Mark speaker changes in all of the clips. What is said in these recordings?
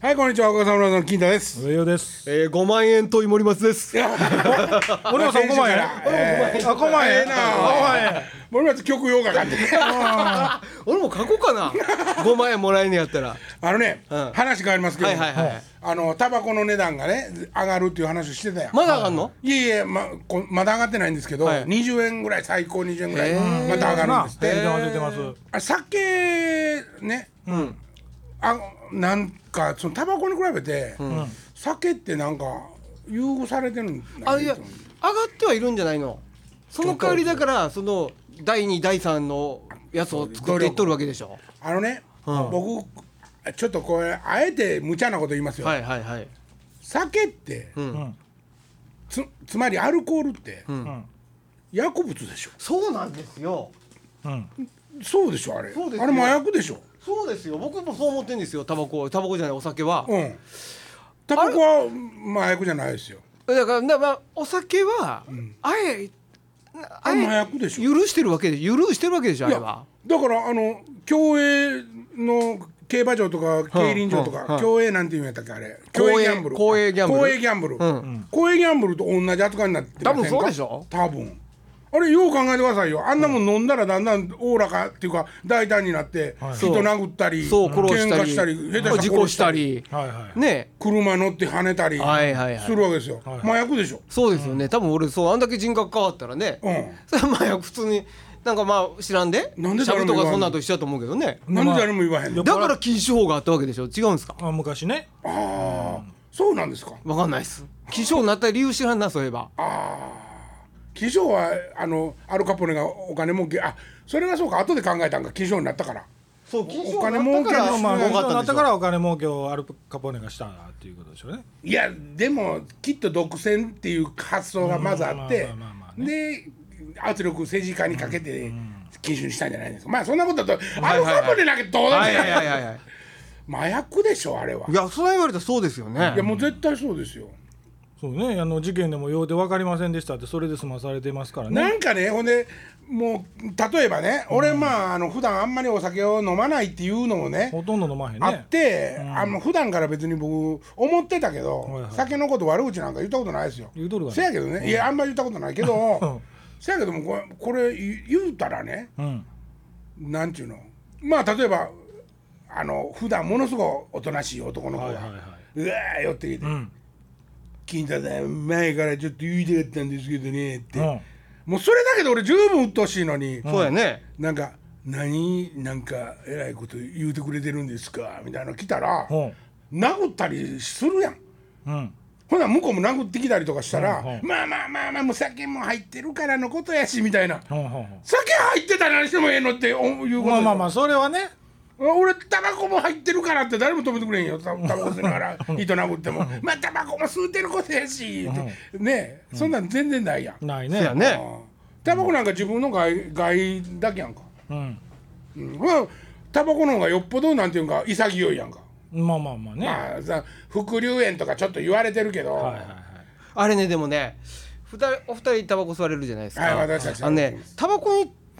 Speaker 1: はいこんにちは岡村の金田 です
Speaker 2: 上尾です。
Speaker 3: えー、5万円と井森松です。
Speaker 2: 森本さん5万円。
Speaker 1: えー
Speaker 2: あ、5万円。
Speaker 1: ええな
Speaker 2: 5万円。
Speaker 1: 森松曲用がかって
Speaker 3: 俺も書こうか な。5万円もらえんねやったら。
Speaker 1: あのね、
Speaker 3: うん
Speaker 1: 話変わりますけど、
Speaker 3: はいはいはい
Speaker 1: あのタバコの値段がね上がるっていう話をしてたやん、
Speaker 3: まだあかんの、
Speaker 1: いえいえまこまだ上がってないんですけど、
Speaker 3: はい
Speaker 1: 20円ぐらい最高20円ぐらい
Speaker 3: へー
Speaker 1: また上がるん
Speaker 2: な
Speaker 1: ですっ、て、
Speaker 2: 値段が出てます。
Speaker 1: あ酒ね、あなんかそのタバコに比べて、酒ってなんか優遇されてるんだ
Speaker 3: あいや、上がってはいるんじゃないのその代わりだから、その、第2、第3のやつを作っていっとるわけでしょ。
Speaker 1: あのね、僕ちょっとこれあえて無茶なこと言いますよ、
Speaker 3: はいはいはい。
Speaker 1: 酒って、
Speaker 2: ん
Speaker 1: つつまりアルコールって、
Speaker 2: ん
Speaker 1: 薬物でしょ
Speaker 3: そうなんですよ。
Speaker 2: うん。
Speaker 1: そうでしょあれ
Speaker 3: そうですよ
Speaker 1: あれ麻薬でしょ
Speaker 3: そうですよ。僕もそう思ってんですよ。タバコ、タバコじゃない、お酒は。
Speaker 1: うんタバコは麻薬じゃないですよ
Speaker 3: だから、なまあ、お酒は、あえ、な
Speaker 1: あれ麻薬でしょ
Speaker 3: 許してるわけで、許してるわけでしょ、あ
Speaker 1: い
Speaker 3: れ
Speaker 1: や
Speaker 3: は。
Speaker 1: だからあの競泳の競馬場とか競輪場と
Speaker 3: うんうんう
Speaker 1: か
Speaker 3: ん
Speaker 1: 競泳なんていうんやったっけあれ
Speaker 3: 公
Speaker 1: 競泳
Speaker 3: 営
Speaker 1: ギャンブル
Speaker 3: 公営ギャンブル
Speaker 1: 公営ギャンブル
Speaker 3: うん
Speaker 1: 公営ギャンブルと同じ扱いになってませんか
Speaker 3: 多分そうでしょ
Speaker 1: 多分あれよう考えてくださいよあんなもん飲んだらだんだんおおらかっていうか大胆になって人殴ったり
Speaker 3: そう、殺
Speaker 1: 喧嘩し
Speaker 3: したた
Speaker 1: り
Speaker 3: り、
Speaker 1: 下手
Speaker 3: 事
Speaker 1: ら
Speaker 3: 故
Speaker 1: 殺
Speaker 3: したり。
Speaker 2: はいはい。
Speaker 3: ね
Speaker 1: 車乗って跳ねたり
Speaker 3: はいはいはい
Speaker 1: するわけですよ麻薬でしょ
Speaker 3: そうですよね、多分俺そうあんだけ人格変わったらね、
Speaker 1: うん
Speaker 3: それはまあ普通になんかまあ知らんで
Speaker 1: なんで
Speaker 3: しゃ
Speaker 1: 誰も
Speaker 3: ぶと
Speaker 1: 言わん
Speaker 3: か
Speaker 1: の
Speaker 3: そんなんと一緒だと思うけどね
Speaker 1: なんで誰も言わへんの
Speaker 2: よ
Speaker 3: だから禁止法があったわけでしょ違うんですか
Speaker 2: あ、昔ね。
Speaker 1: ああそうなんですか
Speaker 3: わかんないです禁止法になった理由知らんなそういえば
Speaker 1: 気象はあのアルカポネがお金儲けあそれがそうか後で考えたんか気象になったから
Speaker 3: そう禁
Speaker 1: 止法になったから
Speaker 2: まあ、
Speaker 3: 多
Speaker 2: そう
Speaker 3: か
Speaker 2: な
Speaker 3: っ
Speaker 2: ったたか
Speaker 3: んでしょ
Speaker 2: らお金儲けをアルカポーネがしたっていうことでしょうね。
Speaker 1: いやでもきっと独占っていう発想がまずあって
Speaker 2: うんまあまあまあまあ
Speaker 1: で圧力政治家にかけて禁酒にしたんじゃないですかまあそんなことだとアルカポネなんかどうだっ
Speaker 3: はい
Speaker 1: て
Speaker 3: はいはいはいはい
Speaker 1: 麻薬でしょあれはい
Speaker 3: やそれは言われたらそうですよね
Speaker 1: いやもう絶対そうですよ
Speaker 2: そうね、あの事件でもようで分かりませんでしたって、それで済まされてますから
Speaker 1: な
Speaker 2: ね。
Speaker 1: んかねほんでもう例えばね俺まああの普段あんまりお酒を飲まないっていうのもね
Speaker 2: ほとんど飲まへん
Speaker 1: あ
Speaker 2: ね
Speaker 1: っ。て、あの普段から別に僕思ってたけど、
Speaker 2: いはい
Speaker 1: 酒のこと悪口なんか言ったことないですよ。
Speaker 2: 言うとるがな
Speaker 1: せやけどね、いやあんまり言ったことないけ ど
Speaker 2: う
Speaker 1: せやけどもこれこれ言うたらね
Speaker 2: うん。
Speaker 1: なんちゅうのまあ例えばあの普段ものすごいおとなしい男の子が、
Speaker 2: はいはいはいう
Speaker 1: わー寄ってきて
Speaker 2: うん。
Speaker 1: 「金太さん前からちょっと言いたかったんですけどね」って、
Speaker 2: うん。
Speaker 1: もうそれだけで俺十分鬱陶しいのに、
Speaker 3: そうやね
Speaker 1: なんか「何なんかえらいこと言うてくれてるんですか」みたいなの来たら。
Speaker 2: うん。
Speaker 1: 殴ったりするやん
Speaker 2: うん。
Speaker 1: ほな向こうも殴ってきたりとかしたら、
Speaker 2: うんうん
Speaker 1: まあまあまあまあもう酒も入ってるからのことやしみたいな
Speaker 2: うんうん。
Speaker 1: 酒入ってたら何してもええのっておいうこと
Speaker 2: まあまあま
Speaker 1: あ
Speaker 2: あ、それはね。
Speaker 1: 俺タバコも入ってるからって誰も止めてくれんよタタバコ吸いながら糸殴ってもまあタバコも吸うてることやしってねえそんなん全然ないやん、
Speaker 2: ない
Speaker 3: そうや
Speaker 2: ね。
Speaker 3: ね
Speaker 1: ああタバコなんか自分の害害だけやんか、
Speaker 2: うん。
Speaker 1: うん、まあタバコの方がよっぽどなんていうんか潔いやんか
Speaker 2: まあまあまあね。
Speaker 1: まあさ副流煙とかちょっと言われてるけど、
Speaker 2: はいはいはい。
Speaker 3: あれねでもねふたお二人タバコ吸われるじゃないですか、
Speaker 1: はい私たち
Speaker 3: あのねタバコ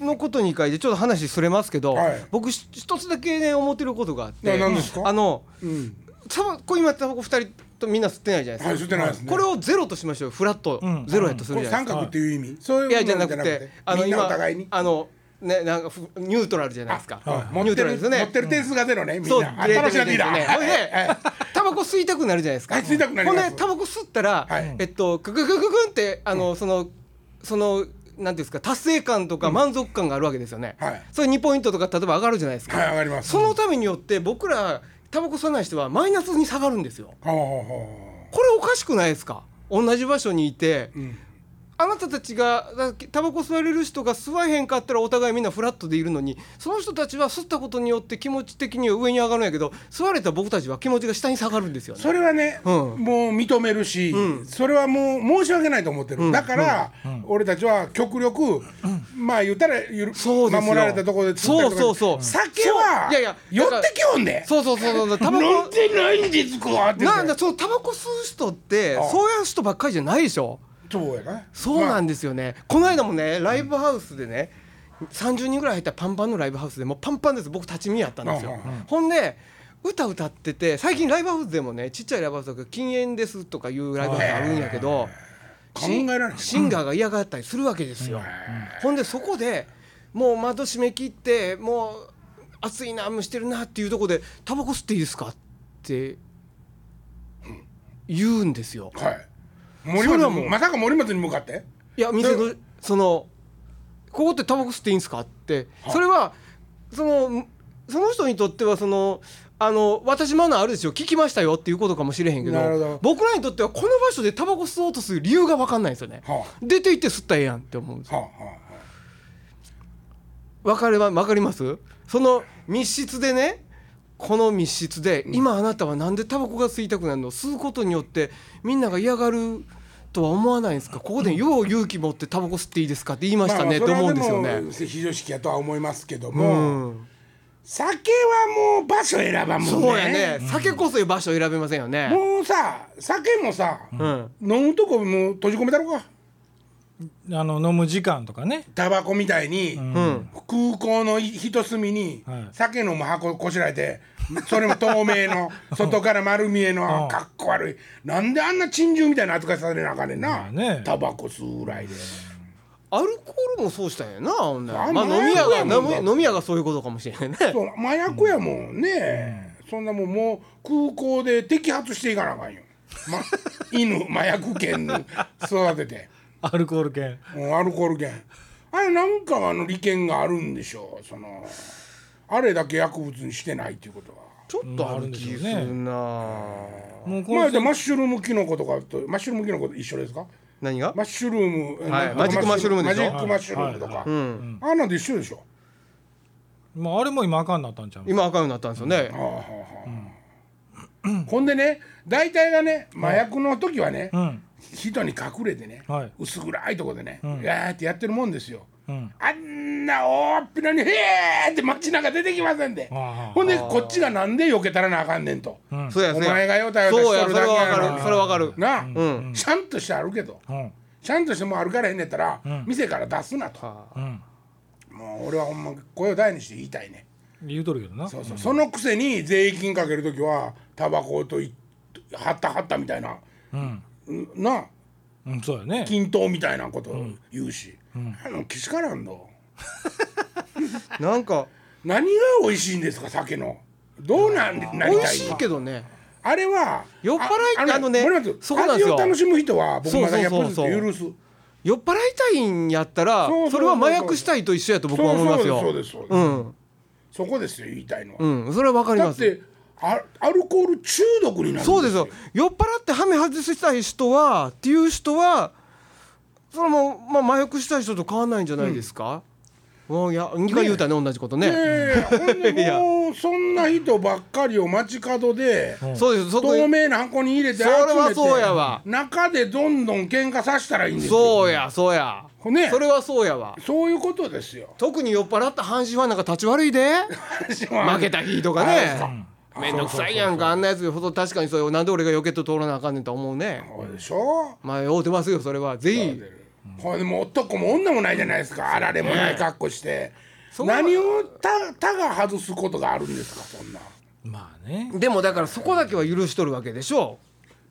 Speaker 3: のことに書いてちょっと話それますけど、
Speaker 1: はい
Speaker 3: 僕し一つだけね思ってることがあっ
Speaker 1: いや
Speaker 3: て
Speaker 1: 何ですか
Speaker 3: あの
Speaker 1: うん、
Speaker 3: タバコ今タバコ二人とみんな吸ってないじゃないですか、
Speaker 1: はい吸ってないですね
Speaker 3: これをゼロとしましょうフラット、
Speaker 2: うん
Speaker 3: ゼロやとす
Speaker 1: こ
Speaker 3: る
Speaker 1: れ
Speaker 3: じゃな
Speaker 1: 三
Speaker 3: いですか、
Speaker 1: 角っていう意味、そういう
Speaker 3: いやじゃ
Speaker 1: もの
Speaker 3: なくてあの
Speaker 1: みんな
Speaker 3: 今
Speaker 1: お互いに
Speaker 3: あのねなんかふニュートラルじゃないですか、
Speaker 1: あ
Speaker 3: ニ
Speaker 1: 持
Speaker 3: ュ
Speaker 1: っ
Speaker 3: ート
Speaker 1: て
Speaker 3: ラ
Speaker 1: る、
Speaker 3: ルですよ
Speaker 1: 持
Speaker 3: ね
Speaker 1: ってる点数が出るねみん
Speaker 3: そう
Speaker 1: な新しいのリーダー
Speaker 3: ねほ
Speaker 1: は
Speaker 3: い
Speaker 1: いはいは
Speaker 3: でタバコ吸いたくなるじゃないですか
Speaker 1: はい吸いたくなります
Speaker 3: ほんでタバコ吸ったら、
Speaker 1: はい
Speaker 3: えっとクククククンってあの、そのそのなんていうんですか達成感とか満足感があるわけですよね、
Speaker 1: はい
Speaker 3: それ2ポイントとか例えば上がるじゃないですか、
Speaker 1: いはい上がります
Speaker 3: そのためによって僕らタバコ吸わない人はマイナスに下がるんですよ
Speaker 1: ほうほうほ
Speaker 3: これおかしくないですか同じ場所にいて、
Speaker 1: ううん
Speaker 3: あなたたちがだタバコ吸われる人が吸わへんかったらお互いみんなフラットでいるのにその人たちは吸ったことによって気持ち的には上に上がるんやけど吸われた僕たちは気持ちが下に下がるんですよね。
Speaker 1: それはね、
Speaker 3: うん
Speaker 1: もう認めるし、それはもう申し訳ないと思ってる、だから、俺たちは極力、まあ言ったらゆる
Speaker 3: そうですよ
Speaker 1: 守られたところで作ったりとか
Speaker 3: そうそうそう
Speaker 1: 酒は
Speaker 3: そういやいや
Speaker 1: 寄ってきよんで、
Speaker 3: そうそうそうそうタバ
Speaker 1: 飲ん
Speaker 3: コ
Speaker 1: でないんですかって言って
Speaker 3: なんだそのタバコ吸う人って
Speaker 1: あ
Speaker 3: そういう人ばっかりじゃないでしょ
Speaker 1: そうやな
Speaker 3: そうなんんですよね、この間もねライブハウスでね30人ぐらい入ったパンパンのライブハウスでもうパンパンです僕立ち見やったんですよ、
Speaker 1: うんうん
Speaker 3: ほんで歌歌ってて最近ライブハウスでもねちっちゃいライブハウスだけど禁煙ですとかいうライブハウスあるんやけど
Speaker 1: 考えられない
Speaker 3: シシンガーが嫌がったりするわけですよ、ほんでそこでもう窓閉め切ってもう暑いな蒸してるなっていうとこで「タバコ吸っていいですか?」って言うんですよ
Speaker 1: はい森
Speaker 3: それは
Speaker 1: 松
Speaker 3: もう
Speaker 1: まさか森松に向かって
Speaker 3: いや店のそのここってタバコ吸っていいんですかってそれはそのその人にとってはそのあの私マナーあるでしょ聞きましたよっていうことかもしれへんけど
Speaker 1: なるほど
Speaker 3: 僕らにとってはこの場所でタバコ吸おうとする理由が分かんないんですよね、
Speaker 1: はあ
Speaker 3: 出て行って吸ったらええやんって思うんですよ
Speaker 1: はあはあはあ
Speaker 3: わかればわかりますその密室でねこの密室で今あなたはなんでタバコが吸いたくなるの吸うことによってみんなが嫌がるとは思わないんですかここでよう勇気持ってタバコ吸っていいですかって言いましたね
Speaker 1: ま
Speaker 3: と
Speaker 1: あまあ
Speaker 3: 思うんですよね。
Speaker 1: それはでも非常識やとは思いますけど
Speaker 3: う
Speaker 1: も、
Speaker 3: ん、
Speaker 1: 酒はもう場所選ばんもんね
Speaker 3: そうやね、酒こそ場所選べませんよね。
Speaker 1: もうさ酒もさ、
Speaker 3: うん、
Speaker 1: 飲むとこもう閉じ込めたろか
Speaker 2: あの飲む時間とかね
Speaker 1: タバコみたいに、
Speaker 3: うん、
Speaker 1: 空港の一隅に
Speaker 2: はい
Speaker 1: 酒飲む箱こしらえて、それも透明の外から丸見え
Speaker 2: う
Speaker 1: の
Speaker 2: ん
Speaker 1: かっこ悪いなんであんな珍獣みたいな扱いされなあかんねんな、
Speaker 2: まあね
Speaker 1: タバコ吸うぐらいで
Speaker 3: アルコールもそうしたんやな、ほんなら
Speaker 1: あ
Speaker 3: まあ、
Speaker 1: まあ
Speaker 3: 飲み屋が、
Speaker 1: そうやもん
Speaker 3: 飲み飲み屋がそういうことかもしれないね。
Speaker 1: そう麻薬やもんね、そんなもんもう空港で摘発していかなあかんよ、ま、犬麻薬犬に育てて。
Speaker 2: アルコール系
Speaker 1: うんアルコール券あれなんかあの利権があるんでしょうそのあれだけ薬物にしてないっていうことは
Speaker 3: ちょっとある気するな。
Speaker 2: もうこ
Speaker 1: 前
Speaker 2: の
Speaker 1: でマッシュルームキノコとかとマッシュルームキノコと一緒ですか
Speaker 3: 何が
Speaker 1: マ？ッシュルーム、
Speaker 3: はい
Speaker 1: なんとか
Speaker 3: マジックマッシュルームでしょ
Speaker 1: マジックマッシュルームとか、
Speaker 2: はい
Speaker 3: うん、
Speaker 1: あんなんで一緒でしょ
Speaker 2: まああれも今あかんなったんちゃう
Speaker 3: 今赤くなったんですよね。
Speaker 1: ああはあはあほんでね大体がね麻薬の時はね、
Speaker 2: うん
Speaker 1: 人に隠れてね、
Speaker 2: はい
Speaker 1: 薄暗いとこでね、やーってやってるもんですよ、
Speaker 2: うん
Speaker 1: あんな大っぴらに「へえ!」って街中出てきませんで
Speaker 2: ああ
Speaker 1: ほんでこっちがなんで避けたらなあかんねんと、
Speaker 2: ん
Speaker 3: そうや
Speaker 1: お
Speaker 3: そうや
Speaker 1: 前がよたよた
Speaker 3: そうや
Speaker 1: し
Speaker 3: そ
Speaker 1: と
Speaker 3: れ
Speaker 1: るだけやの
Speaker 3: はわかる
Speaker 1: に
Speaker 3: それはわかる
Speaker 1: なあ、
Speaker 3: ん
Speaker 1: ちゃんとしてあるけど
Speaker 2: うん
Speaker 1: ちゃんとしてもう歩かれへんねやったら、店から出すなと
Speaker 3: は
Speaker 2: うん
Speaker 1: もう俺はほんま声を大にして言いたいね
Speaker 2: 言うとるけどな
Speaker 1: そうそうそのくせに税金かける時はタバコといはったはったみたいな、
Speaker 2: うん
Speaker 1: うんなあ
Speaker 2: うんそうやね
Speaker 1: 均等みたいなことを言うし、あのけしからんの
Speaker 3: あなんか
Speaker 1: 何が美味しいんですか酒のどうなんなりたい
Speaker 3: 美
Speaker 1: の
Speaker 3: 味しいけどね。
Speaker 1: あれは
Speaker 3: 酔っ払いあのね
Speaker 1: 森松
Speaker 3: そこなんですよ
Speaker 1: 味を楽しむ人は僕まだやっぱり
Speaker 3: そう
Speaker 1: 許す
Speaker 3: そうそう酔っ払いたいんやったら
Speaker 1: そうそう
Speaker 3: それは麻薬したいと一緒やと僕は思いますよ。
Speaker 1: そうそうですそうです
Speaker 3: う
Speaker 1: そ
Speaker 3: ん
Speaker 1: そこですよ言いたいのは、
Speaker 3: うんそれはわかり
Speaker 1: だ
Speaker 3: ま
Speaker 1: っ
Speaker 3: す。
Speaker 1: てあアルコール中毒になるん
Speaker 3: そうですよ酔っ払ってハメ外したい人はっていう人はそれもまあ麻薬したい人と変わらないんじゃないですか。うん、いや二回言うたね同じことね。
Speaker 1: ええほん
Speaker 3: い
Speaker 1: で
Speaker 3: や
Speaker 1: もうそんな人ばっかりを街角 で
Speaker 3: そうですそこ
Speaker 1: 透明な箱に入れて集
Speaker 3: それは
Speaker 1: めて
Speaker 3: そうやわ
Speaker 1: 中でどんどん喧嘩させたらいいんですよ
Speaker 3: そうやそうや。
Speaker 1: ね
Speaker 3: それはそうやわ。
Speaker 1: そういうことですよ
Speaker 3: 特に酔っ払った阪神ファンなんか立ち悪いで。 負
Speaker 1: 負
Speaker 3: けた日とかねめんどくさいやんかあんなやつほど確かにそれなんで俺が避けと通らなあかんねんと思うね
Speaker 1: そうでしょ
Speaker 3: まあ酔うてますよそれはぜひ
Speaker 1: これでもう男も女もないじゃないですかあられもない格好して
Speaker 3: そう
Speaker 1: 何をた他が外すことがあるんですかそんな
Speaker 2: まあね
Speaker 3: でもだからそこだけは許しとるわけでしょ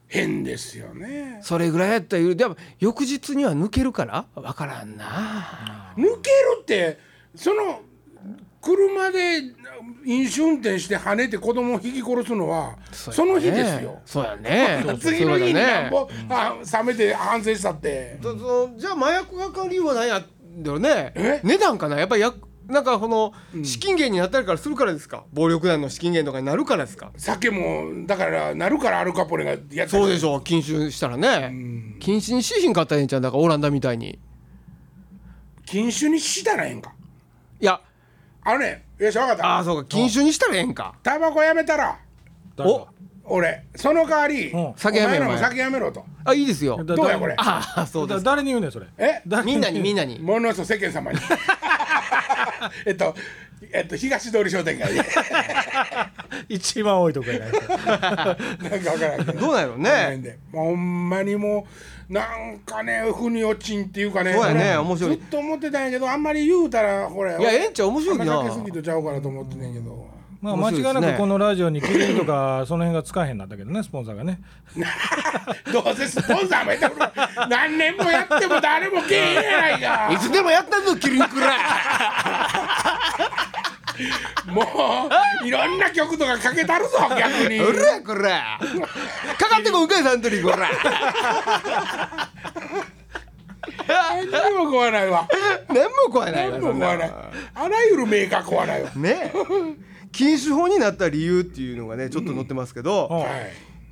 Speaker 1: 変ですよね
Speaker 3: それぐらいやったら許でも翌日には抜けるからわからんな
Speaker 1: 抜けるってその車で飲酒運転して跳ねて子供を引き殺すのはその日ですよ
Speaker 3: そうやね
Speaker 1: 次の日に
Speaker 3: そう
Speaker 1: な
Speaker 3: だ
Speaker 1: んぼあ冷めて反省したって
Speaker 3: そそじゃあ麻薬が管理は何やだよね
Speaker 1: え
Speaker 3: 値段かなやっぱりやなんかこの資金源になったりからするからですか暴力団の資金源とかになるからですか
Speaker 1: 酒もだからなるからアルカポネがやって
Speaker 3: そう
Speaker 1: る
Speaker 3: でしょ禁酒したらね、禁止にしひんかったらええんちゃうだからオランダみたいに
Speaker 1: 禁酒にしたらええんか
Speaker 3: いや
Speaker 1: あのねよし分かっ
Speaker 3: ああ
Speaker 1: た
Speaker 3: そうか禁酒にしたらええんか
Speaker 1: タバコやめたら
Speaker 2: 誰
Speaker 3: お
Speaker 1: 俺その代わり、
Speaker 2: うん
Speaker 3: 酒やめろ
Speaker 1: お前らも
Speaker 3: お前
Speaker 1: 酒やめろと
Speaker 3: あいいですよ
Speaker 2: だ
Speaker 1: どうやこれ
Speaker 3: ああそうで
Speaker 2: だ
Speaker 3: す
Speaker 2: 誰に言うねんそれ
Speaker 1: え
Speaker 2: 誰
Speaker 3: みんなにみんなに
Speaker 1: ものすごい世間様 にえっとえっと東通り商店街で
Speaker 2: 一番多いとこやない
Speaker 1: なんかわからんけど
Speaker 3: どうなんやろ
Speaker 1: こ
Speaker 3: う
Speaker 1: の辺
Speaker 3: ね
Speaker 1: でもうほんまにもうなんかね腑に落ちんっていうかね
Speaker 3: そうやね
Speaker 1: 俺
Speaker 3: 面白い
Speaker 1: ずっと思ってたんやけどあんまり言うたらこれ
Speaker 3: いやええんちゃう面白
Speaker 1: あ
Speaker 3: いなん
Speaker 1: まかけすぎとちゃうかなと思ってんねんけど
Speaker 2: まあ、
Speaker 3: 面
Speaker 2: 間
Speaker 3: 白
Speaker 2: 違
Speaker 3: いです
Speaker 2: い
Speaker 3: ね
Speaker 2: なくこのラジオにキリンとか その辺が使えへんなったけどねスポンサーがね
Speaker 1: どうせスポンサーめても何年もやっても誰もけえへんやないか
Speaker 3: いつでもやったぞキリンくら
Speaker 1: もういろんな曲とかかけたるぞ逆に
Speaker 3: うらこらかかってこうかいサントリーこら
Speaker 1: 何にも怖ないわ
Speaker 3: 何も怖いないわ
Speaker 1: 何も怖ないあらゆるメーカー怖ないわ
Speaker 3: そんなね禁酒法になった理由っていうのがねちょっと載ってますけど、
Speaker 2: うん
Speaker 1: はい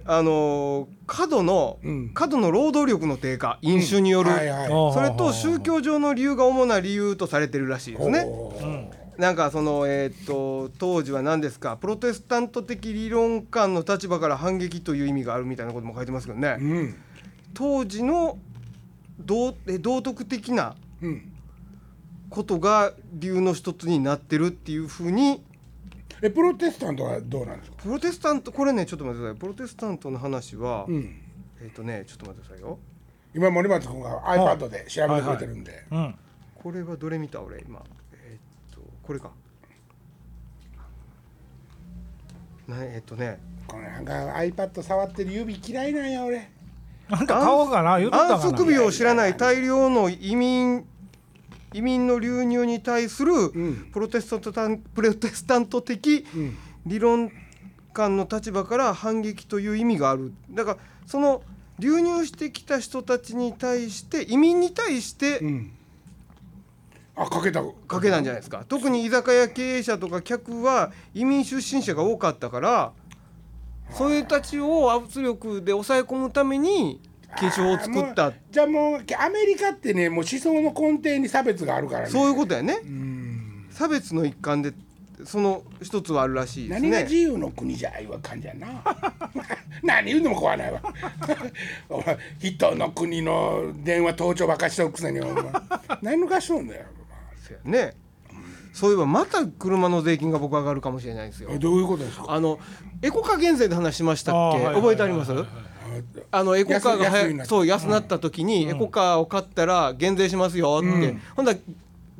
Speaker 3: あのー過度の、
Speaker 1: うん
Speaker 3: 過度の労働力の低下飲酒による、
Speaker 1: はいはい
Speaker 2: あー
Speaker 3: それと宗教上の理由が主な理由とされてるらしいですね。
Speaker 1: おー
Speaker 3: なんかそのえーっと当時は何ですかプロテスタント的理論観の立場から反撃という意味があるみたいなことも書いてますけどね、
Speaker 1: うん
Speaker 3: 当時の道え道徳的な
Speaker 1: うん
Speaker 3: ことが理由の一つになってるっていうふうに
Speaker 1: えプロテスタントはどうなんですか
Speaker 3: プロテスタントこれねちょっと待ってくださいプロテスタントの話は、
Speaker 1: うん
Speaker 3: えーっとねちょっと待ってくださいよ
Speaker 1: 今森松君が iPad で調べてくれてるんで、
Speaker 2: うん
Speaker 3: これはどれ見た俺今えーっとこれかなえーっとね
Speaker 1: このなんか iPad 触ってる指嫌いなんや俺
Speaker 2: あんた顔かな言っとった
Speaker 3: 安
Speaker 2: か
Speaker 3: 息
Speaker 2: な
Speaker 3: 日を知らない大量の移民移民の流入に対する
Speaker 1: ん
Speaker 3: プロテスタントプロテスタント的
Speaker 1: ん
Speaker 3: 理論観の立場から反撃という意味があるだからその流入してきた人たちに対して移民に対して
Speaker 1: うんあかけた
Speaker 3: かけなんじゃないですか特に居酒屋経営者とか客は移民出身者が多かったからそういう人たちを圧力で抑え込むために禁止法を作っ
Speaker 1: あ
Speaker 3: た
Speaker 1: ーもうじゃあもうアメリカってねもう思想の根底に差別があるからね
Speaker 3: そういうことやね
Speaker 1: うん
Speaker 3: 差別の一環でその一つはあるらしいです
Speaker 1: 何が自
Speaker 3: ね
Speaker 1: 由の国じゃいう感じやな 何言うのも怖ないわ お前人の国の電話盗聴ばっかしとるくせにお 前何抜かしとんだよ
Speaker 3: そうやねそういえばまた車の税金が僕上がるかもしれないですよ
Speaker 1: お前どういうことですか
Speaker 3: あのエコカ減税で話しましたっ
Speaker 2: あー
Speaker 3: け
Speaker 2: はい
Speaker 3: 覚えてありますあのエコカーが
Speaker 1: 安い安い
Speaker 3: は
Speaker 1: になった
Speaker 3: やそう安なった時にエコカーを買ったら減税しますよって、ほんだら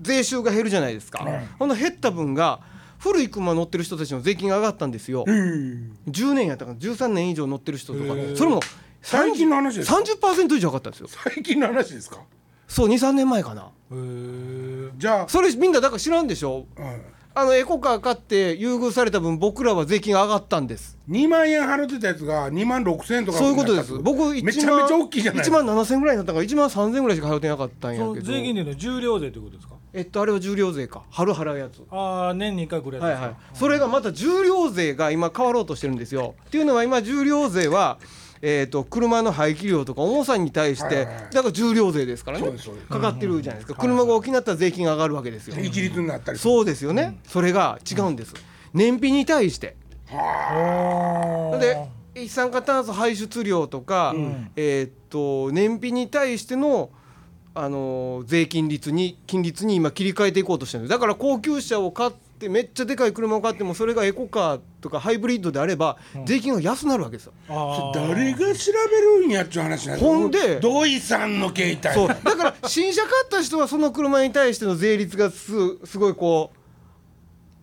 Speaker 3: 税収が減るじゃないですか、ほんなら減った分が古い車乗ってる人たちの税金が上がったんですよ、
Speaker 1: うん
Speaker 3: 10年やったから13年以上乗ってる人とかそれも
Speaker 1: 最近の話ですか
Speaker 3: 30%以上上がったんですよ
Speaker 1: 最近の話ですか
Speaker 3: そう23年前かな
Speaker 2: へー
Speaker 1: じゃあ、
Speaker 3: それみんなだから知らんでしょ
Speaker 1: うん
Speaker 3: あのエコカー買って優遇された分僕らは税金が上がったんです
Speaker 1: 2万円払ってたやつが2万6千円とか
Speaker 3: そういうことで
Speaker 1: に
Speaker 3: す
Speaker 1: なった
Speaker 3: 僕1万
Speaker 1: めちゃめちゃ大きいじゃない
Speaker 3: 1万7000ぐらいになったから1万3000ぐらいしか払ってなかったんや
Speaker 2: その
Speaker 3: けど
Speaker 2: 税金での重量税ということですか
Speaker 3: えっとあれは重量税か春払うやつ
Speaker 2: ああ年に一回くれる
Speaker 3: はいはい、それがまた重量税が今変わろうとしてるんですよ。っていうのは今重量税は、えー、と車の排気量とか重さに対し
Speaker 1: は
Speaker 3: て
Speaker 1: いはいはい
Speaker 3: だから重量税ですから
Speaker 1: そう
Speaker 3: ね
Speaker 1: ですそうです
Speaker 3: かかってるじゃないですか車が大きくなったら税金が上がるわけですよ。
Speaker 1: 一律になったりう
Speaker 3: そうですよねそれが違うんです燃費に対して。
Speaker 2: おー
Speaker 3: で一酸化炭素排出量とか、えーっと燃費に対してのあのー税金率に金率に今切り替えていこうとしてるんですだから高級車を買ってめっちゃでかい車を買ってもそれがエコカーとかハイブリッドであれば税金が安なるわけですよ。
Speaker 2: あー
Speaker 1: 誰が調べるんやっちゅう話なんです
Speaker 3: ほんで
Speaker 1: 土井さんの携帯
Speaker 3: そうだから新車買った人はその車に対しての税率がすすごいこう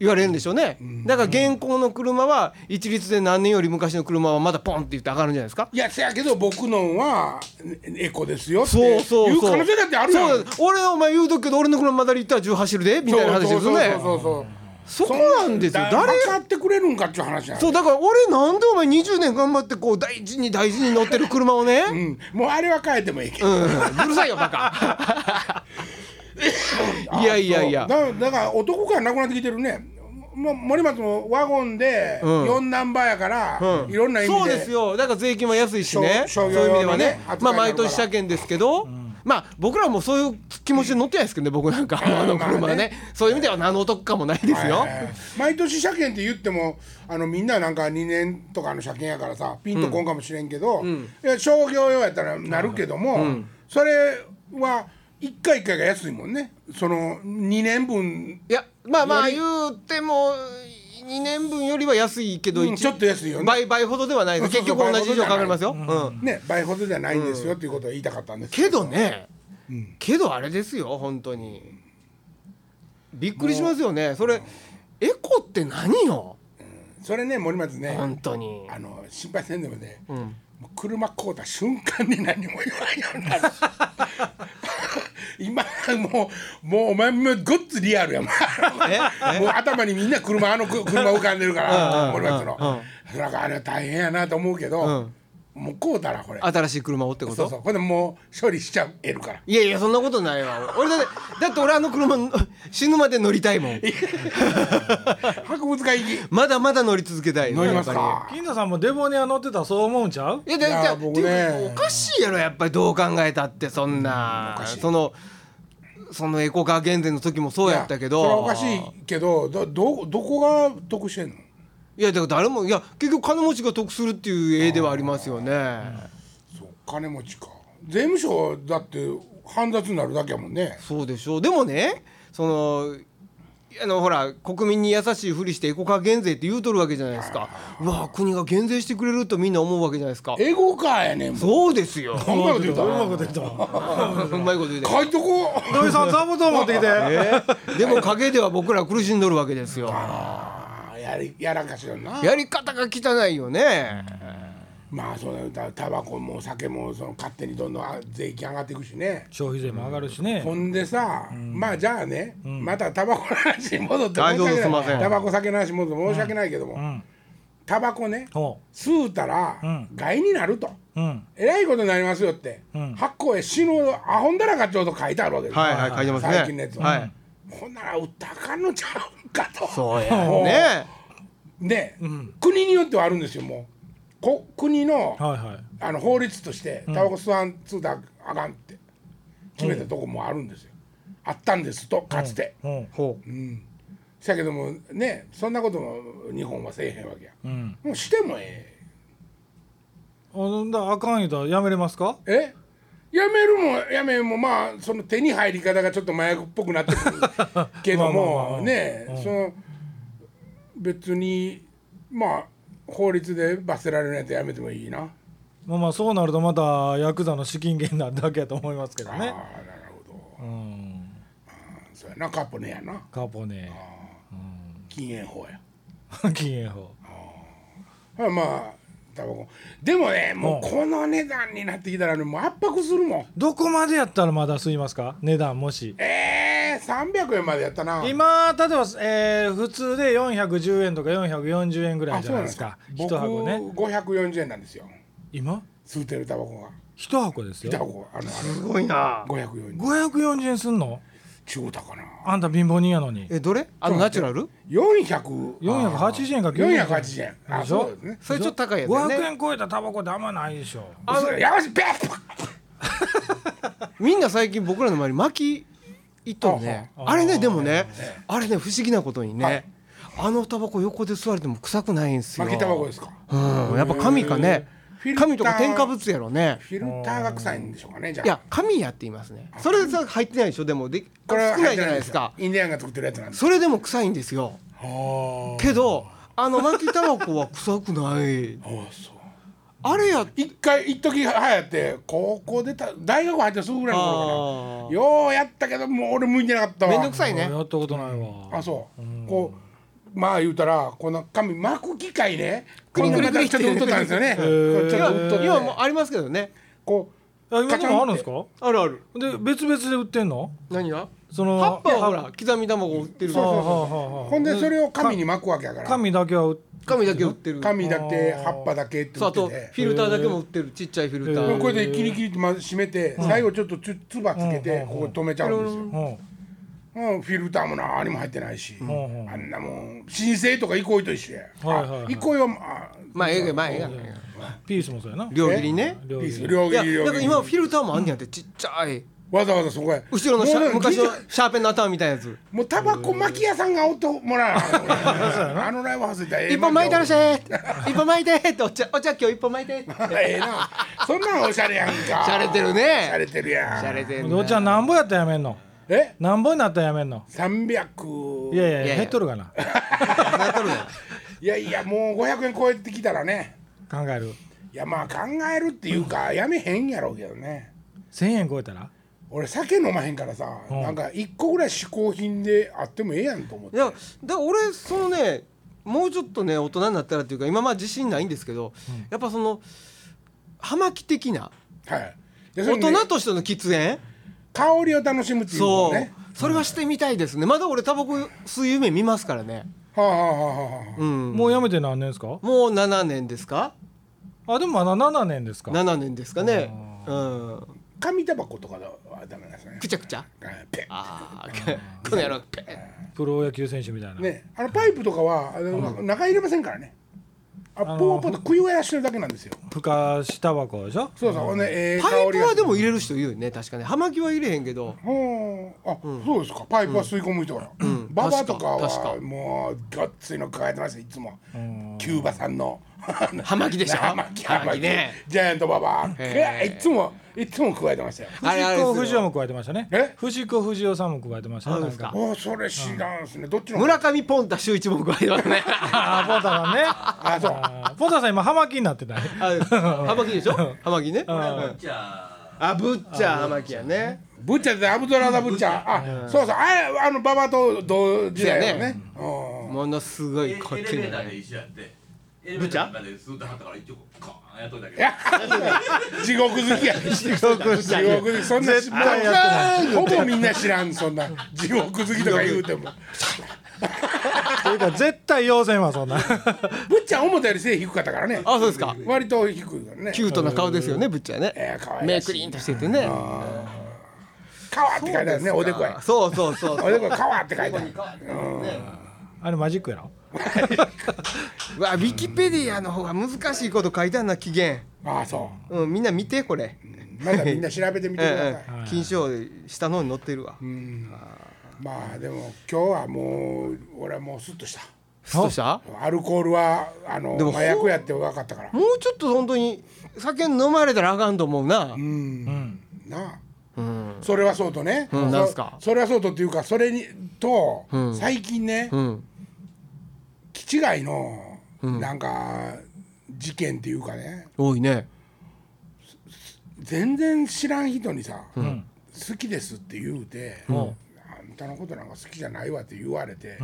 Speaker 3: 言われるんでしょうね、だから現行の車は一律で何年より昔の車はまだポンって言って上がるんじゃないですか
Speaker 1: いやせやけど僕のんはエコですよって
Speaker 3: そうそう
Speaker 1: いう
Speaker 3: そう。
Speaker 1: 可能性だってあるやん
Speaker 3: そう俺お前言うとくけど俺の車まだリッター10走るでみたいな話ですよね
Speaker 1: そうそうそうそ
Speaker 3: そ
Speaker 1: う
Speaker 3: こなんですよ
Speaker 1: だ
Speaker 3: 誰
Speaker 1: 分かってくれるんかっちゅう話なん
Speaker 3: そうだから俺なんでお前20年頑張ってこう大事に大事に乗ってる車をね、う
Speaker 1: うんん、もうあれは変えてもいいけど、
Speaker 3: うるさいよバカ
Speaker 1: あ
Speaker 3: いやいやいや
Speaker 1: そうだだから男感なくなってきてるねもう森松もワゴンで
Speaker 3: うん
Speaker 1: 4ナンバーやから、
Speaker 3: うん
Speaker 1: いろんな意味で
Speaker 3: そうですよだから税金は安いしねそ
Speaker 1: 商
Speaker 3: う
Speaker 1: 商業
Speaker 3: いう意味
Speaker 1: 用
Speaker 3: で
Speaker 1: の
Speaker 3: は
Speaker 1: ね
Speaker 3: ね
Speaker 1: 扱
Speaker 3: まあ
Speaker 1: いになるから
Speaker 3: 毎年車検ですけど、まあ僕らもそういう気持ちで乗ってないですけどね僕なんかあの車はね,、そういう意味では何のお得感もないですよ、
Speaker 1: えー毎年車検って言ってもあのみんななんか2年とかの車検やからさピンとこんかもしれんけど、いや商業用やったらなるけども、それは1回1回が安いもんねその2年分
Speaker 3: いやまあまあ
Speaker 1: より
Speaker 3: 言うても2年分よりは安いけど、
Speaker 1: うん
Speaker 3: 一
Speaker 1: ちょっと安いよね
Speaker 3: 倍倍ほどではないです
Speaker 1: そう
Speaker 3: 結
Speaker 1: そう
Speaker 3: 局同じ以上かかりますよ、うん
Speaker 1: ね倍ほどじゃないんですよっていうことを言いたかったんです
Speaker 3: けどね、けどあれですよ本当にびっくりしますよねそれエコって何よ
Speaker 1: うんそれね森松ね
Speaker 3: 本当に
Speaker 1: あの心配せんでもね、
Speaker 3: ん
Speaker 1: もう車買うた瞬間に何も言わんようになる今もうもうお前もごっつリアルやもんもう頭にみんな車あのく車浮かんでるか
Speaker 3: うん
Speaker 1: ら
Speaker 3: うん
Speaker 1: 森松の
Speaker 3: う
Speaker 1: それからあれは大変やなと思うけど、もう買うたらこれ
Speaker 3: 新しい車をってこ
Speaker 1: そう
Speaker 3: と
Speaker 1: そうこれでもう処理しちゃえるから
Speaker 3: いやいやそんなことないわ俺だってだって俺あの車の死ぬまで乗りたいもん
Speaker 1: 博物館行き
Speaker 3: まだまだ乗り続けたい
Speaker 1: 乗ります
Speaker 3: やっ
Speaker 1: か
Speaker 3: ぱり
Speaker 2: 金田さんもデボニア乗ってたらそう思うんちゃう
Speaker 3: いやだ
Speaker 1: いや
Speaker 3: だ
Speaker 1: 僕ね
Speaker 3: っていうかおかしいやろやっぱりどう考えたってそんな、
Speaker 1: おかしい
Speaker 3: そのそのエコカー減税の時もそうやったけど
Speaker 1: いやそれはおかしいけどどどどこが得してんの
Speaker 3: いやだから誰もいや結局金持ちが得するっていう絵ではありますよね、
Speaker 1: そう金持ちか税務署だって煩雑になるだけやもんね
Speaker 3: そうでしょうでもねそのあのほら国民に優しいふりしてエコカー減税って言うとるわけじゃないですかうわ国が減税してくれるとみんな思うわけじゃないですか
Speaker 1: 英語かやねんもう
Speaker 3: そうで すよ
Speaker 1: こんなこと言うた
Speaker 2: うま
Speaker 1: ら
Speaker 2: くできた
Speaker 3: うまいこと言うて
Speaker 1: 書いとこう
Speaker 2: 土井さん座布団持ってきて
Speaker 3: えでも陰では僕ら苦しんどるわけですよ
Speaker 1: あーやりやらかしよんな
Speaker 3: やり方が汚いよね
Speaker 1: まあそうだよたタバコもお酒もその勝手にどんどんあ税金上がっていくしね
Speaker 2: 消費税も上がるしね
Speaker 1: ほんでさ、まあじゃあね、またタバコの話に戻って
Speaker 3: はいどうぞ
Speaker 1: 申し訳ない
Speaker 3: すいません
Speaker 1: タバコ酒の話に戻って申し訳ないけども、
Speaker 2: ん
Speaker 1: タバコね
Speaker 2: ほ
Speaker 1: 吸うたら
Speaker 2: ん
Speaker 1: 害になると、
Speaker 2: ううん
Speaker 1: えらいことになりますよって、
Speaker 2: ん
Speaker 1: 発行へ死ぬほどアホんだらかちょうど書いてあるわけですよ
Speaker 3: はいはい書いてますね
Speaker 1: 最近のやつは、
Speaker 3: はい
Speaker 1: ほんなら売ったらあかんのちゃうんかと
Speaker 3: そうやよね
Speaker 1: で、
Speaker 2: ん
Speaker 1: 国によってはあるんですよもうこ国の
Speaker 2: はいはい
Speaker 1: あの法律としてタバコ吸わん吸うたらあかんって決めたとこもあるんですよ、あったんですとかつて、
Speaker 2: ほ
Speaker 3: ほう
Speaker 1: せやけどもねそんなことも日本はせえへんわけや、
Speaker 2: ううん
Speaker 1: もうしてもえ
Speaker 2: あのだからあかん言うたらやめれますか
Speaker 1: ええやめるもやめんもまあその手に入り方がちょっと麻薬っぽくなってくるけど
Speaker 2: まあまあま
Speaker 1: も
Speaker 2: あ
Speaker 1: ねその別にまあ法律で罰せられるやつやめてもいいな、
Speaker 2: まあまあそうなるとまたヤクザの資金源になるだけやと思いますけど
Speaker 1: ああな
Speaker 2: ね
Speaker 1: るほど
Speaker 2: うん
Speaker 1: そうやなカッポネやな
Speaker 2: カポネ
Speaker 1: 禁煙法や
Speaker 2: 禁煙法
Speaker 1: まあまあタバコでもねもう
Speaker 2: うん
Speaker 1: この値段になってきたらねもう圧迫するもん
Speaker 2: どこまでやったらまだ吸いますか値段もし
Speaker 1: ええ300円までやったな
Speaker 2: 今例えば、えー普通で410円とか440円ぐらいじゃないですか
Speaker 1: 僕
Speaker 2: 一箱ね
Speaker 1: 540円なんですよ
Speaker 2: 今
Speaker 1: 吸うてるタバコが
Speaker 2: 一箱です
Speaker 1: タバ
Speaker 2: よ
Speaker 1: コあの
Speaker 3: すごいな
Speaker 1: あれ540円
Speaker 2: 540円すんの
Speaker 1: 中うたかな
Speaker 2: あんた貧乏人やのに
Speaker 3: えどれあのナチュラル
Speaker 1: 400
Speaker 2: 480円か
Speaker 1: 480円あ
Speaker 2: でしょ
Speaker 1: そうですね
Speaker 3: それちょっと高いやつだよ
Speaker 2: 500
Speaker 3: ね
Speaker 2: 円超えたタバコってあんまないでしょ
Speaker 1: あのやばしベッ
Speaker 3: みんな最近僕らの周り巻きいっとるね
Speaker 2: あ
Speaker 3: あれねでもねあれね不思議なことにねあのタバコ横で吸われても臭くないんすよ
Speaker 1: 巻きタバコですか
Speaker 3: うんやっぱ紙かね
Speaker 1: へー
Speaker 3: 紙とか添加物やろね
Speaker 1: フィルターが臭いんでしょうかねじゃあ
Speaker 3: いや紙やって言いますねそれさ入ってないでしょでもで少
Speaker 1: は
Speaker 3: ないじゃない
Speaker 1: ん
Speaker 3: ですか
Speaker 1: インディアンが作ってるやつなんです
Speaker 3: それでも臭いんですよ
Speaker 1: あー
Speaker 3: けどあの巻きタバコは臭くない
Speaker 1: あーそう
Speaker 3: あれや
Speaker 1: 一回一時流行って高校出た大学入ってすぐぐらいの頃かなようやったけどもう俺向いてなかったわ
Speaker 3: めんどくさい
Speaker 2: あ
Speaker 3: ね
Speaker 2: やったことないわ
Speaker 1: あそう、こうまあ言うたらこの紙巻く機械ね
Speaker 3: クリクリ
Speaker 1: こんな形ちょっと打っとったんですよねこ
Speaker 2: ー
Speaker 1: うちょっと打っとっ
Speaker 3: 今
Speaker 1: て
Speaker 3: 今もうありますけどね
Speaker 1: こ
Speaker 2: あ今でもあるんですか
Speaker 3: あるある
Speaker 2: で別々で売ってんの
Speaker 3: 何が
Speaker 2: その
Speaker 3: 葉っぱはほら刻み卵売ってる
Speaker 1: そうそう
Speaker 2: はあ
Speaker 1: そ
Speaker 2: はあは
Speaker 1: う
Speaker 2: あ
Speaker 1: ほんでそれを紙に巻くわけやから紙
Speaker 2: 紙だけは売っ
Speaker 3: 紙だけ売ってる
Speaker 1: だけ葉っぱだけって
Speaker 3: そ
Speaker 1: 打
Speaker 3: うあ
Speaker 1: って
Speaker 3: と
Speaker 1: て
Speaker 3: フィルターだけも売ってるちっちゃいフィルタ
Speaker 2: へ
Speaker 1: で
Speaker 2: ー
Speaker 1: こ
Speaker 3: ー
Speaker 1: れで一気に切りま閉めて最後ちょっとつつばつけて
Speaker 2: うん
Speaker 1: ここ止めちゃうんですよ
Speaker 2: うん
Speaker 1: うん、フィルターも何も入ってないし、
Speaker 2: んうん
Speaker 1: あんなもん申請とか憩いと一緒や、
Speaker 2: はいはいはい
Speaker 1: あ憩いはまあ
Speaker 3: まあええがまあええが
Speaker 2: ピースもそうやな
Speaker 3: 両切りね
Speaker 1: いい
Speaker 2: 料
Speaker 1: ですよ
Speaker 2: 理
Speaker 1: 両
Speaker 3: いや
Speaker 1: 切り両切
Speaker 3: だから
Speaker 1: り
Speaker 3: 今フィルターもあんねやってちっちゃい
Speaker 1: わざわざそこへ
Speaker 3: 後ろのシ
Speaker 1: もう
Speaker 3: ャ昔の
Speaker 1: 銀座
Speaker 3: シャーペンの頭みたいなやつ
Speaker 1: もうタバコ巻き屋さんがおってもらわなあのライブハウスで
Speaker 3: 一本巻いてらっし
Speaker 1: ゃ
Speaker 3: ゃい一本巻いてってお茶お茶今日一本巻いてって
Speaker 1: ええなそんなんおしゃれやんか
Speaker 3: しゃれてる
Speaker 1: しゃ
Speaker 3: ね
Speaker 1: れてるやん
Speaker 3: しゃれてる
Speaker 2: おっちゃんなんぼやったらやめんの
Speaker 1: え
Speaker 2: なんぼになったらやめんの
Speaker 1: 三
Speaker 2: いやい
Speaker 1: 300
Speaker 2: や
Speaker 3: いやいや
Speaker 2: 減っとるかな
Speaker 3: なっとるわ
Speaker 1: いやいやもう500円超えてきたらね
Speaker 2: 考える
Speaker 1: いやまあ考えるっていうかやめへんやろうけどね
Speaker 2: 1000円超えたら
Speaker 1: 俺酒飲まへんからさ、
Speaker 2: ん
Speaker 1: なんか一個ぐらい嗜好品であってもええやんと思っ
Speaker 3: い
Speaker 1: て
Speaker 3: やだから俺そのねもうちょっとね大人になったらっていうか今まあ自信ないんですけど、やっぱその葉巻的な
Speaker 1: はいでそれ
Speaker 3: 大
Speaker 1: にね
Speaker 3: 人としての喫煙
Speaker 1: 香りを楽しむっていうの
Speaker 3: そ
Speaker 1: を
Speaker 3: う、
Speaker 1: ね
Speaker 3: それはしてみたいですねまだ俺タバコ吸う夢見ますからね
Speaker 1: はあはあはあはあ
Speaker 3: うんも
Speaker 2: もうやめて何年ですか
Speaker 3: う7年ですか
Speaker 2: あでもまだ7年ですか
Speaker 3: 7年ですかねうん
Speaker 1: 紙タバコとかはダメなんですよね
Speaker 3: くちゃくちゃ
Speaker 1: はいペッ
Speaker 3: ああこの野郎ペッ
Speaker 2: プロ野球選手みたいな、
Speaker 1: ねあのパイプとかはあの中入れませんからねあ
Speaker 2: のー
Speaker 1: ポーポーと食いをやらしてるだけなんですよ
Speaker 2: ふかしタバコでしょ
Speaker 1: そうそうほんでええ
Speaker 3: パイ
Speaker 1: 香り
Speaker 3: プ
Speaker 1: が
Speaker 3: はでも入れる人いるよね確かね葉巻は入れへんけど
Speaker 1: ほうあ、そうですかパイプは吸い込む人が、ババアとか
Speaker 3: 確か
Speaker 1: は
Speaker 3: 確か
Speaker 1: もうごっついの抱えてますよいつも、キューバさんの
Speaker 3: 葉巻でしょ
Speaker 1: 葉巻
Speaker 3: 葉
Speaker 1: 葉
Speaker 3: 巻
Speaker 1: 巻
Speaker 3: ね
Speaker 1: ねジャイアントババア
Speaker 3: へー
Speaker 1: いつもいつも加えてましたよ
Speaker 3: あれあれ
Speaker 2: 藤子不二雄も加えてましたね
Speaker 1: え
Speaker 2: 藤子不二雄さんも加えてましたね
Speaker 3: そうですか
Speaker 2: なん
Speaker 1: おそれ知らんですね、どっちの
Speaker 3: 村上ポンタ周一も加えてますね
Speaker 2: あーポーターさんね
Speaker 1: あそう
Speaker 2: あーポーターさん今葉巻になってない
Speaker 3: あ 葉巻でしょ葉巻ねうん
Speaker 4: じゃあ
Speaker 3: あぶっちゃ葉巻やね
Speaker 1: ブッチャーでアブドラザブッチャーあそうそうあれあのババアと同時代のねうん
Speaker 3: ものすご
Speaker 4: エ
Speaker 3: い
Speaker 4: レ
Speaker 3: こっ
Speaker 4: エ
Speaker 3: ち
Speaker 4: レベ
Speaker 3: に
Speaker 4: ータ
Speaker 3: な
Speaker 4: ー
Speaker 3: る
Speaker 4: で一緒やってエレベ
Speaker 3: ぶっ
Speaker 4: ー
Speaker 3: ち
Speaker 4: タ
Speaker 3: ゃ
Speaker 4: ーの中でずっと張ったから一応カーンやっといたけど
Speaker 1: いや地獄好きや地獄好き地獄好きそんな
Speaker 3: 絶対や
Speaker 1: もうほぼみんな知らんそんな地獄好きとか言うても
Speaker 2: というか絶対要せんわそんな
Speaker 1: ぶっちゃん思ったより背低かったからね
Speaker 3: あそうですか
Speaker 1: 割と低いからね
Speaker 3: キュートな顔ですよねぶっちゃね
Speaker 1: えー、かわい
Speaker 3: 目
Speaker 1: ら
Speaker 3: クリ
Speaker 1: し
Speaker 3: ー
Speaker 1: い
Speaker 3: ンとしててね
Speaker 1: 川って書いてあるねおでこや
Speaker 3: そうそうそう
Speaker 1: おでこや川って書いてある
Speaker 2: あれマジックやろ
Speaker 3: うわウィキペディアの方が難しいこと書いてあるな期限
Speaker 1: ああそ
Speaker 3: うんみんな見てこれ
Speaker 1: うまだみんな調べてみてください
Speaker 3: ええ金賞下の方に載ってるわ
Speaker 1: まあでも今日はもう俺はもうスッとした
Speaker 3: ふっとした
Speaker 1: アルコールはあの
Speaker 3: でも
Speaker 1: 麻薬やって分かったから
Speaker 3: もうちょっと本当に酒飲まれたらあかんと思うな
Speaker 1: なあ、それはそうとね、
Speaker 3: うん
Speaker 1: そ
Speaker 3: なんすか
Speaker 1: それはそうとっていうかそれにと、最近ね、
Speaker 3: ん
Speaker 1: 基地外のなんか事件っていうかね
Speaker 3: 多いね
Speaker 1: 全然知らん人にさ、好きですって言うて、あんたのことなんか好きじゃないわって言われて、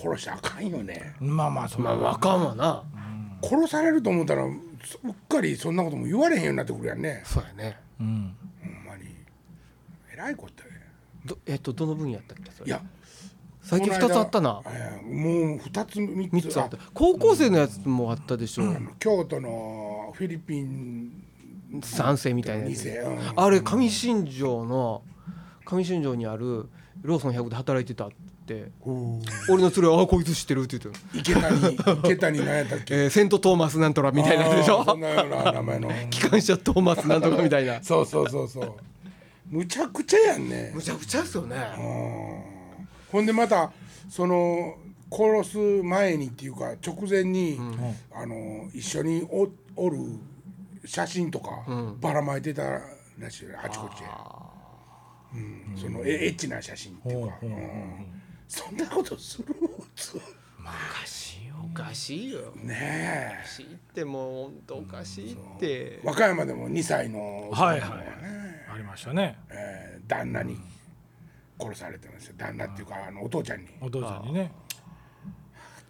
Speaker 1: 殺したらあかんよね
Speaker 2: まあまあそん
Speaker 3: ま
Speaker 2: な
Speaker 3: あわかんわな
Speaker 1: 殺されると思ったらうっかりそんなことも言われへんようになってくるやんね
Speaker 3: そうやね
Speaker 1: ほんまにえらいことやね
Speaker 3: どえっとどの分野やったっけそ
Speaker 1: い
Speaker 3: れ
Speaker 1: や
Speaker 3: 最近
Speaker 1: この間
Speaker 3: 2つあったな
Speaker 1: えーもう2つ3
Speaker 3: 3
Speaker 1: つ
Speaker 3: つあ
Speaker 1: あ
Speaker 3: った高校生のやつもあったでしょ
Speaker 1: 京都のフィリピン
Speaker 3: 賛成みたいなや
Speaker 1: 2
Speaker 3: つ
Speaker 1: 世、うん
Speaker 3: あれ上新庄の上新庄にあるローソン100で働いてたって俺の連れは「あこいつ知ってる」って言って
Speaker 1: 池
Speaker 3: る
Speaker 1: 谷池谷何やったっ
Speaker 3: 「え
Speaker 1: け
Speaker 3: ーセント・トーマスなんとら」みたいなやつでし
Speaker 1: あーそん
Speaker 3: ょ
Speaker 1: なような名前 の
Speaker 3: 機関車トーマスなんとかみたいな
Speaker 1: そうそうそうそうむちゃくちゃやんね
Speaker 3: むちゃくちゃですよね
Speaker 1: ほんでまたその殺す前にっていうか直前に、あの一緒におおる写真とかばらまいてたらしいよあちこちへ、うん、そのえエッチな写真っていうか、うんそんなことする普通
Speaker 3: おかしいおかしいよ
Speaker 1: ね
Speaker 3: おかしいってもうほんとおかしいって
Speaker 1: え和歌山でも2歳の男
Speaker 2: はい
Speaker 1: の子
Speaker 2: は
Speaker 1: が
Speaker 2: い
Speaker 1: ね
Speaker 2: ありましたね
Speaker 1: えー旦那に殺されてますよ旦那っていうかあのお父ちゃんに
Speaker 2: お父ちゃんにね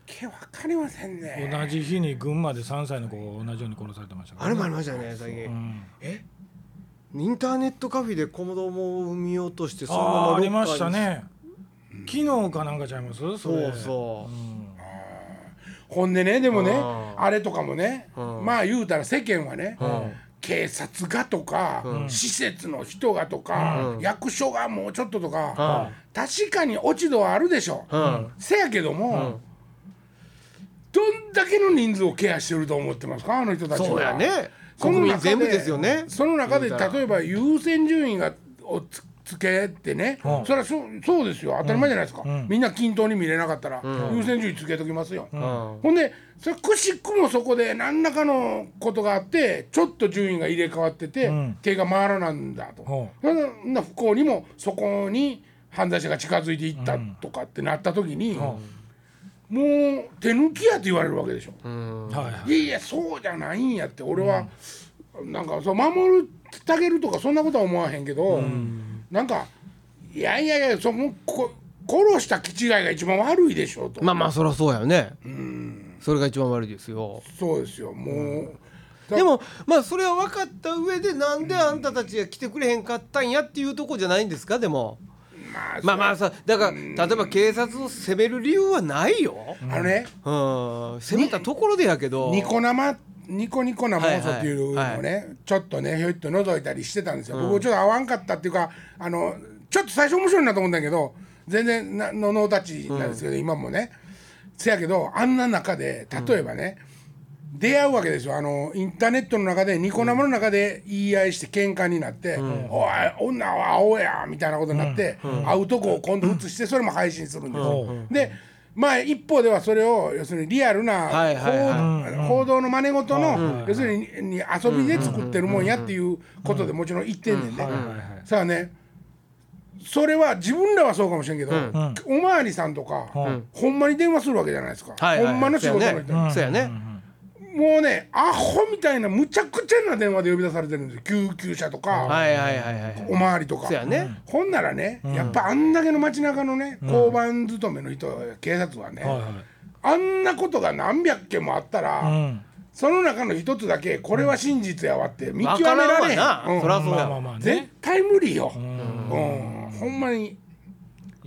Speaker 1: けわかりませんね
Speaker 2: 同じ日に群馬で3歳の子が同じように殺されてましたか
Speaker 3: あ
Speaker 2: ら
Speaker 3: れ
Speaker 2: ね
Speaker 3: もありましたよね最近、
Speaker 2: ん
Speaker 3: えインターネットカフェで子供を産み落としてそのま
Speaker 2: あ
Speaker 3: ま
Speaker 2: ーあ
Speaker 3: ロ
Speaker 2: り
Speaker 3: ッカ
Speaker 2: ま
Speaker 3: ーに
Speaker 2: したね昨日かなんかちゃいますそ
Speaker 3: そう
Speaker 2: う
Speaker 3: そう、
Speaker 1: ほんでねでもね
Speaker 3: あ
Speaker 1: あれとかもねまあ言うたら世間はね警察がとか、施設の人がとか、役所がもうちょっととか、確かに落ち度はあるでしょ、
Speaker 3: ん
Speaker 1: せやけども、どんだけの人数をケアしてると思ってますかあの人たちは
Speaker 3: そうやね
Speaker 1: その
Speaker 3: 国
Speaker 1: 中
Speaker 3: 民全部ですよね
Speaker 1: その中で
Speaker 3: 言うたら
Speaker 1: 例えば優先順位がをつつけてね、それはそうそうですよ当たり前じゃないですか、みんな均等に見れなかったら、優先順位つけときますよ、
Speaker 3: ん
Speaker 1: ほんでそれくしくもそこで何らかのことがあってちょっと順位が入れ替わってて、
Speaker 2: ん
Speaker 1: 手が回らないんだと、
Speaker 2: ほ
Speaker 1: そんな不幸にもそこに犯罪者が近づいていったとかってなった時に、もう手抜きやって言われるわけでしょ。
Speaker 2: はいはい
Speaker 1: いやいやそうじゃないんやって俺は、なんかそう守るたげるとかそんなことは思わへんけど、なんかいやいやいやそのこ殺した気違いが一番悪いでしょと、
Speaker 3: まあまあそりゃそうやよねそれが一番悪いですよ
Speaker 1: そうですよもう、だ
Speaker 3: でもまあそれは分かった上でなんであんたたちが来てくれへんかったんやっていうとこじゃないんですかでも
Speaker 1: まあ
Speaker 3: まあまあさだから例えば警察を責める理由はないよ、
Speaker 1: あのね
Speaker 3: うん、責めたところでやけど
Speaker 1: ニコ生ニコニコ生放送っていうの
Speaker 3: はい
Speaker 1: を
Speaker 3: は
Speaker 1: ね、ちょっとねひょいっと覗いたりしてたんですよ、僕ちょっと合わんかったっていうかあのちょっと最初面白いなと思ったんだけど全然なノノータッチなんですけど、今もねせやけどあんな中で例えばね、出会うわけですよあのインターネットの中でニコ生の中で言い合いして喧嘩になって「おい女は青や」みたいなことになって、会うとこを今度映してそれも配信するんですよ。でまあ一方ではそれを要するにリアルな
Speaker 3: はいはいはい
Speaker 1: 報報道の真似事の要するにに遊びで作ってるもんやっていうことでもちろん言ってんねんね。さあねそれは自分らはそうかもしれんけど、おまわりさんとか、ほんまに電話するわけじゃないですか、
Speaker 3: はいはい
Speaker 1: ほんまの仕事の人に。
Speaker 3: そうやねそうやね
Speaker 1: もうねアホみたいなむちゃくちゃな電話で呼び出されてるんですよ救急車とか、
Speaker 3: はいはいはいはい
Speaker 1: おまわりとか
Speaker 3: そうやね
Speaker 1: ほんならね、やっぱあんだけの街中のね交番勤めの人警察はね、
Speaker 2: はいはい
Speaker 1: あんなことが何百件もあったら、
Speaker 2: うん
Speaker 1: その中の一つだけこれは真実やわって見極め
Speaker 3: わ
Speaker 1: ら
Speaker 3: か
Speaker 1: れへ
Speaker 3: ん
Speaker 1: ん、
Speaker 3: わなそら
Speaker 1: うん
Speaker 3: そう
Speaker 2: まあ
Speaker 3: や
Speaker 2: まあ
Speaker 3: わ
Speaker 2: まあ
Speaker 1: 絶
Speaker 2: ね
Speaker 1: 対無理よ、うんほんまに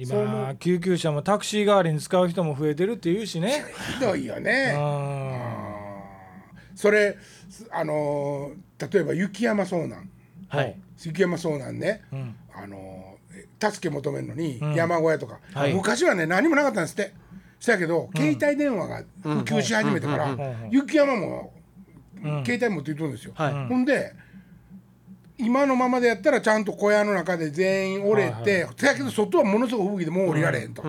Speaker 1: そう思
Speaker 2: 今救急車もタクシー代わりに使う人も増えてるっていうしね
Speaker 1: ひどいよ
Speaker 2: う
Speaker 1: ね、
Speaker 2: ん
Speaker 1: それあのー例えば雪山遭難
Speaker 3: はい
Speaker 1: 雪山遭難ね、
Speaker 2: ん
Speaker 1: あのえ助け求めるのに山小屋とか、
Speaker 3: はい
Speaker 1: 昔はね何もなかったんですってそやけど、携帯電話が普及し始めてから、雪山も、携帯持っていくんですよ、
Speaker 3: はい
Speaker 1: ほんで今のままでやったらちゃんと小屋の中で全員折れて、そやけど外はものすごく吹雪でもう降りられへんと。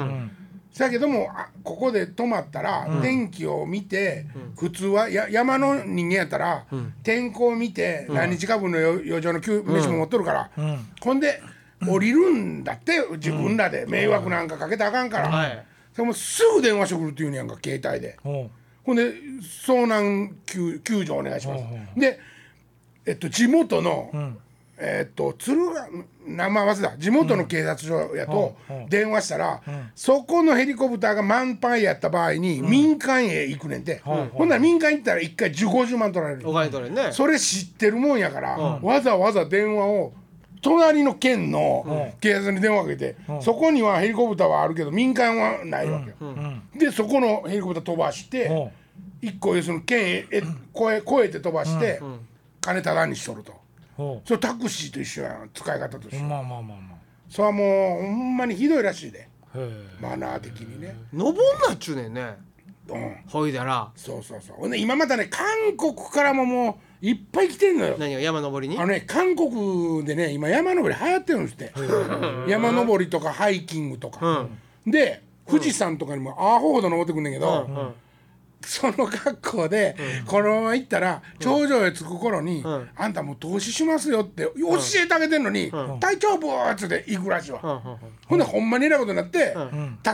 Speaker 1: そやけどもあここで泊まったら天気を見て、普通はや山の人間やったら、天候を見て何日か分のよ余剰の給飯も持っとるから、ほんで降りるんだって自分らで迷惑なんかかけたらあかんから、
Speaker 3: はい
Speaker 1: それもすぐ電話してくるっていうんやんか携帯で。
Speaker 2: うん
Speaker 1: ほんで遭難救救助お願いします。で、えっと、地元の、えっと鶴ヶ名前忘れた地元の警察署やと電話したら、そこのヘリコプターが満杯やった場合に民間へ行くねんて、ほんなら民間行ったら1回1 5 0万取られる
Speaker 3: お金取れんね
Speaker 1: それ知ってるもんやから、わざわざ電話を隣の県の警察に電話かけて、そこにはヘリコプターはあるけど民間はないわけよ、でそこのヘリコプター飛ばして、
Speaker 2: うん
Speaker 1: 一個要するに県へえ越え越えて飛ばして、金ただにしとると
Speaker 2: うん
Speaker 1: それタクシーと一緒やん使い方として、
Speaker 2: まあまあまあま
Speaker 1: それはもうほんまにひどいらしいで
Speaker 2: あへえ
Speaker 1: マナー的にね
Speaker 3: 登んなっちゅうねんね
Speaker 1: うん
Speaker 3: ほいだら
Speaker 1: そうそうそうほんで今またね韓国からももういっぱい来てんのよ
Speaker 3: 何が山登りに
Speaker 1: あのね韓国でね今山登り流行ってるんですって山登りとかハイキングとか、で富士山とかにもアホほど登ってくんねんけど、その格好で、このまま行ったら頂上へ着く頃に、
Speaker 3: ん
Speaker 1: あんたもう投資しますよって教えてあげてんのに、体調ブーっつって行くらしいわ、
Speaker 3: うんうんうん
Speaker 1: ほんでほんまにえらいことになって、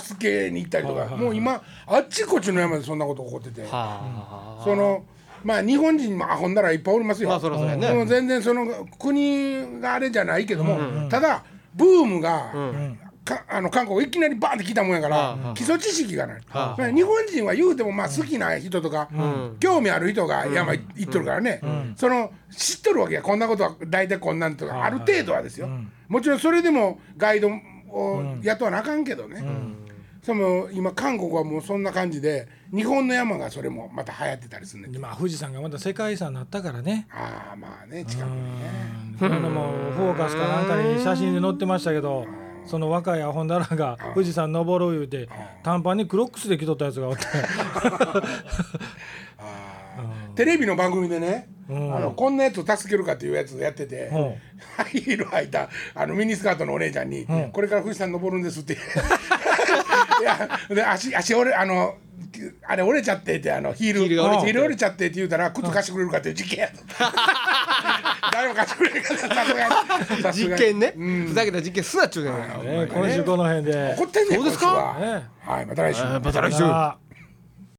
Speaker 1: 助けに行ったりとか、もう今あっちこっちの山でそんなこと起こってて。
Speaker 3: はあ
Speaker 1: そのまあ日本人もアホんだらいっぱいおりますよ。
Speaker 3: まあそらそうやね
Speaker 1: でも全然その国があれじゃないけども、ただブームが、かあの韓国いきなりバーンって来たもんやから、
Speaker 3: うん
Speaker 1: 基礎知識がない、
Speaker 3: はあ
Speaker 1: まあ日本人は言うてもまあ好きな人とか、興味ある人が山行行っとるからね、その知っとるわけやこんなことは大体こんなんとかある程度はですよ、もちろんそれでもガイドを雇わなあかんけどね、その今韓国はもうそんな感じで日本の山がそれもまた流行ってたりするねん
Speaker 2: でまあ富士山がまた世界遺産になったからね
Speaker 1: ああまあね近くにね
Speaker 2: この間もフォーカスかなんかに写真で載ってましたけどその若いアホンダラが富士山登ろう言うて短パンにクロックスで着とったやつが おって
Speaker 1: テレビの番組でね、
Speaker 2: ん
Speaker 1: あのこんなやつを助けるかっていうやつやってて、
Speaker 2: うん
Speaker 1: ハイヒール履いたあのミニスカートのお姉ちゃんに、これから富士山登るんです」って いやで足足折れあのあれ折れちゃってってあのヒール
Speaker 3: ヒールが折れちゃって
Speaker 1: ヒール折れちゃってって言うたら靴貸してくれるかっていう事件やと 誰も貸してくれるかってさすがにさすが
Speaker 3: 実
Speaker 1: に
Speaker 3: 験ねふざけた実験すなっちゅうねん
Speaker 2: ね今週この辺で
Speaker 1: 怒ってんねん
Speaker 3: そうですか
Speaker 1: こいつは
Speaker 2: ね
Speaker 1: はいまた来週
Speaker 3: また来週
Speaker 2: さあ